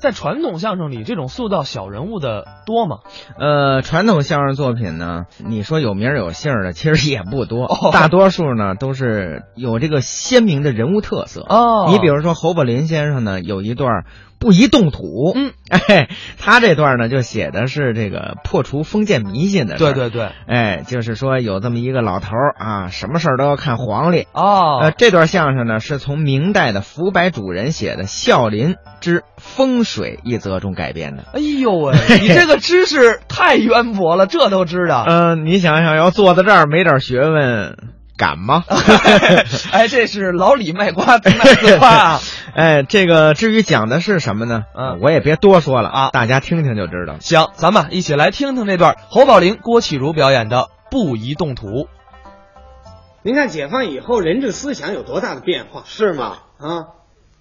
在传统相声里，这种塑造小人物的多吗？呃，传统相声作品呢，你说有名儿有姓儿的，其实也不多，哦大多数呢都是有这个鲜明的人物特色。哦你比如说侯宝林先生呢，有一段不宜动土，嗯，哎，他这段呢就写的是这个破除封建迷信的事对儿。对对，哎，就是说有这么一个老头儿啊，什么事儿都要看黄历。哦，呃，这段相声呢是从明代的福白主人写的《孝林之风水》一则中改编的。哎呦 喂，你这个知识太渊博了，这都知道。嗯、你想想，要坐在这儿没点学问，敢 吗？呃哎，这是老李卖瓜卖丝瓜啊！哎，这个至于讲的是什么呢？嗯我也别多说了啊大家听听就知道。 行，咱们一起来听听这段侯宝林、郭启儒表演的《不宜动土》。您看解放以后，人这个思想有多大的变化？是吗？啊，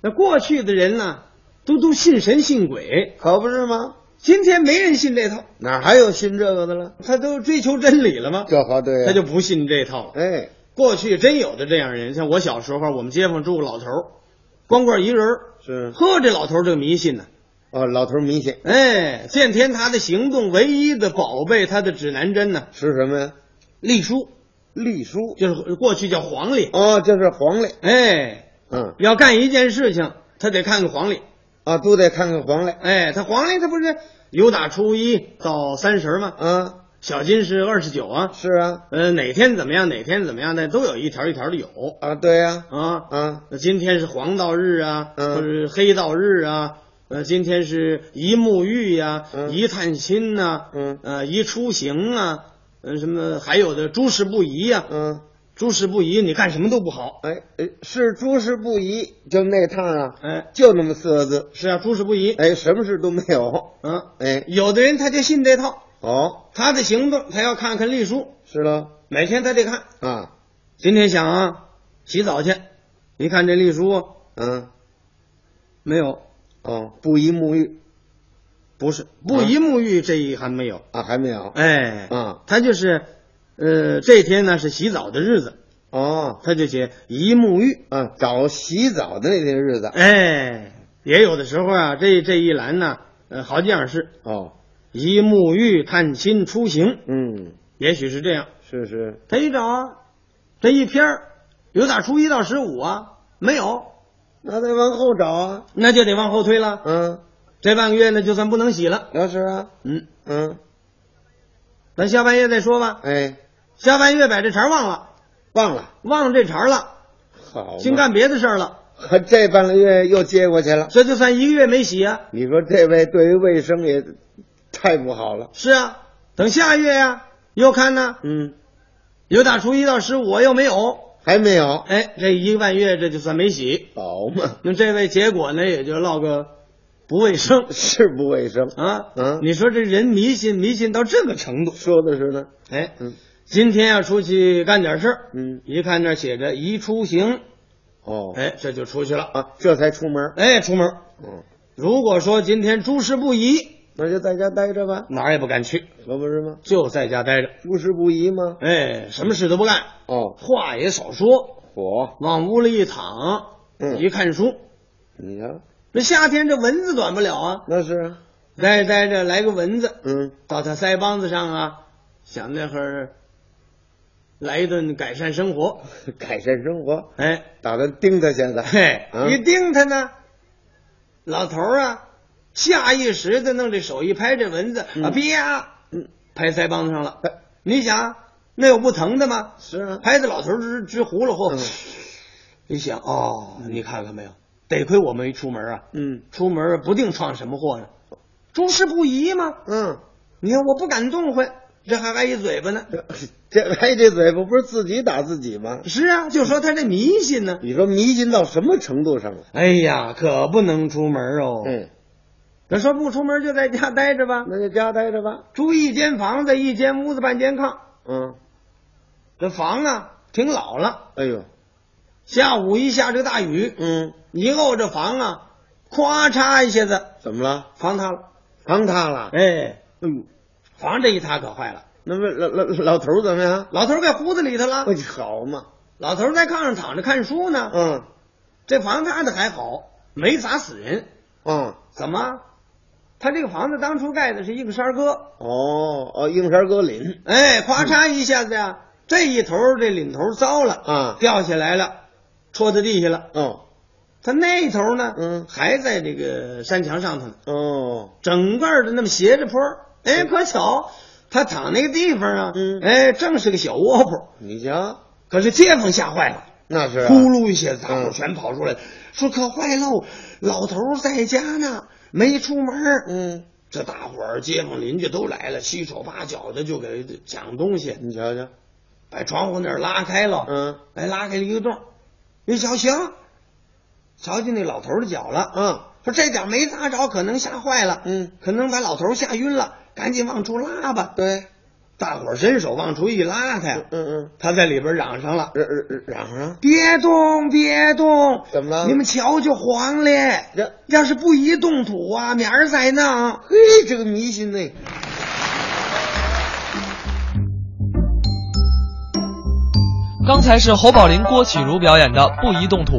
那过去的人呢，都都信神信鬼，可不是吗？今天没人信这套，哪儿还有信这个的了？他都追求真理了吗？这话对、啊他就不信这套了。哎，过去真有的这样人，像我小时候，我们街坊住个老头儿，光棍一人儿，是呵，这老头儿这个迷信呢、哦，老头儿迷信哎，见天他的行动唯一的宝贝，他的指南针呢、是什么呀？隶书，隶书就是过去叫黄历。哦，就是黄历，哎，嗯要干一件事情，他得看看黄历。啊，都得看看黄历哎，他黄历他不是由打初一到三十吗？啊，小金是二十九啊，是啊呃，哪天怎么样，哪天怎么样那都有一条一条的有啊，对呀啊。啊那今天是黄道日啊，嗯或者是黑道日啊，呃，今天是一沐浴呀、嗯一探亲呐、嗯呃，一出行啊，呃，什么还有的诸事不宜呀、嗯，诸事不宜，你干什么都不好。哎哎，是诸事不宜，就那趟啊，哎，就那么四个字，是啊，诸事不宜。 哎，什么事都没有，啊，哎，有的人他就信这套，哦，他的行动他要看看隶书，是喽每天他得看。啊，今天想啊，洗澡去，一看这隶书啊嗯没有，哦，不宜沐浴不是不宜沐浴这一行没有，啊，还没有哎，啊，他就是，呃，这天呢是洗澡的日子，哦，他就写宜沐浴，啊，找洗澡的那天日子，哎，也有的时候啊，这这一栏呢，呃，好几样是哦，宜沐浴、探亲、出行，嗯，也许是这样。是是。他一找啊，这一篇儿有打初一到十五啊，没有，那再往后找啊。那就得往后推了，嗯，这半个月呢就算不能洗了，那是啊。嗯，嗯，咱下半月再说吧。哎，下半月把这茬忘了，忘了，忘了这茬了，好嘛，净干别的事儿了，呵，这半个月又接过去了。这就算一个月没洗啊。你说这位对于卫生也太不好了。是啊，等下月呀、又看呢，嗯，有打初一到十五又没有，还没有。哎，这一个半月这就算没洗。好嘛，那这位结果呢，也就落个不卫生是不卫生。啊。嗯你说这人迷信，迷信到这个程度，说的是呢。哎，嗯今天要出去干点事儿，嗯，一看那儿写着宜出行，哦，哎，这就出去了。啊，这才出门。哎，出门。嗯，如果说今天诸事不宜，那就在家待着吧，哪儿也不敢去，可不是吗？就在家待着。诸事不宜吗？哎，什么事都不干，哦，话也少说，火，往屋里一躺，嗯一看书。你瞧，那夏天这蚊子短不了啊，那是啊。待着待着来个蚊子嗯， 到他腮帮子上啊，想那会儿来一顿改善生活。改善生活，哎，打算盯他现在。嘿，嗯一盯他呢，老头儿啊，下意识的弄这手一拍这蚊子、啊，嗯啪，嗯拍腮帮子上了哎。你想那有不疼的吗？是啊。拍的老头儿直直糊了嚯！嗯一想哦，你看看没有，得亏我没出门啊，嗯出门不定闯什么祸呢。诸事不宜嘛，嗯， 你看我不敢动换，这还挨一嘴巴呢。这这 哎，这嘴巴不是自己打自己吗？是啊，就说他这迷信呢。你说迷信到什么程度上了？哎呀，可不能出门哦。嗯，那说不出门就在家待着吧，那就家待着吧。租一间房子，一间屋子半间炕。嗯，这房啊挺老了，哎呦，下午一下这个大雨，嗯，以后这房啊，咵嚓一下子怎么了？房塌了。房塌了？哎，哎呦，房这一塌可坏了，那么老老老头儿怎么样？老头儿给糊子里头了哎。，好嘛，老头儿在炕上躺着看书呢。嗯，这房塌的还好，没砸死人，嗯，怎么？他这个房子当初盖的是应山哥，哦哦，应山哥林哎，咵嚓一下子呀、这一头这领头糟了啊掉下来了，戳到地下了。哦他那头呢，嗯还在这个山墙上头呢，哦，整个儿的那么斜着坡儿。哎，可巧，他躺那个地方啊，嗯哎，正是个小窝铺。你瞧，可是街坊吓坏了，那是啊呼噜一下子，大伙儿嗯全跑出来了，说可坏喽，老头儿在家呢，没出门儿。嗯，这大伙儿街坊邻居都来了，七手八脚的就给抢东西，你瞧瞧，把窗户那儿拉开了，嗯，哎，拉开了一个洞，一瞧行，瞧见那老头儿的脚了，嗯，说这点没砸着，可能吓坏了，嗯，可能把老头儿吓晕了，赶紧往出拉吧。对，大伙儿伸手往出一拉开嗯，嗯，他在里边嚷上了嗯，嚷嚷嚷上，别动，别动，怎么了你们瞧就黄了，这要是不移动土啊，明儿再弄。嘿，这个迷信呢，刚才是侯宝林、郭启儒表演的《不宜动土》，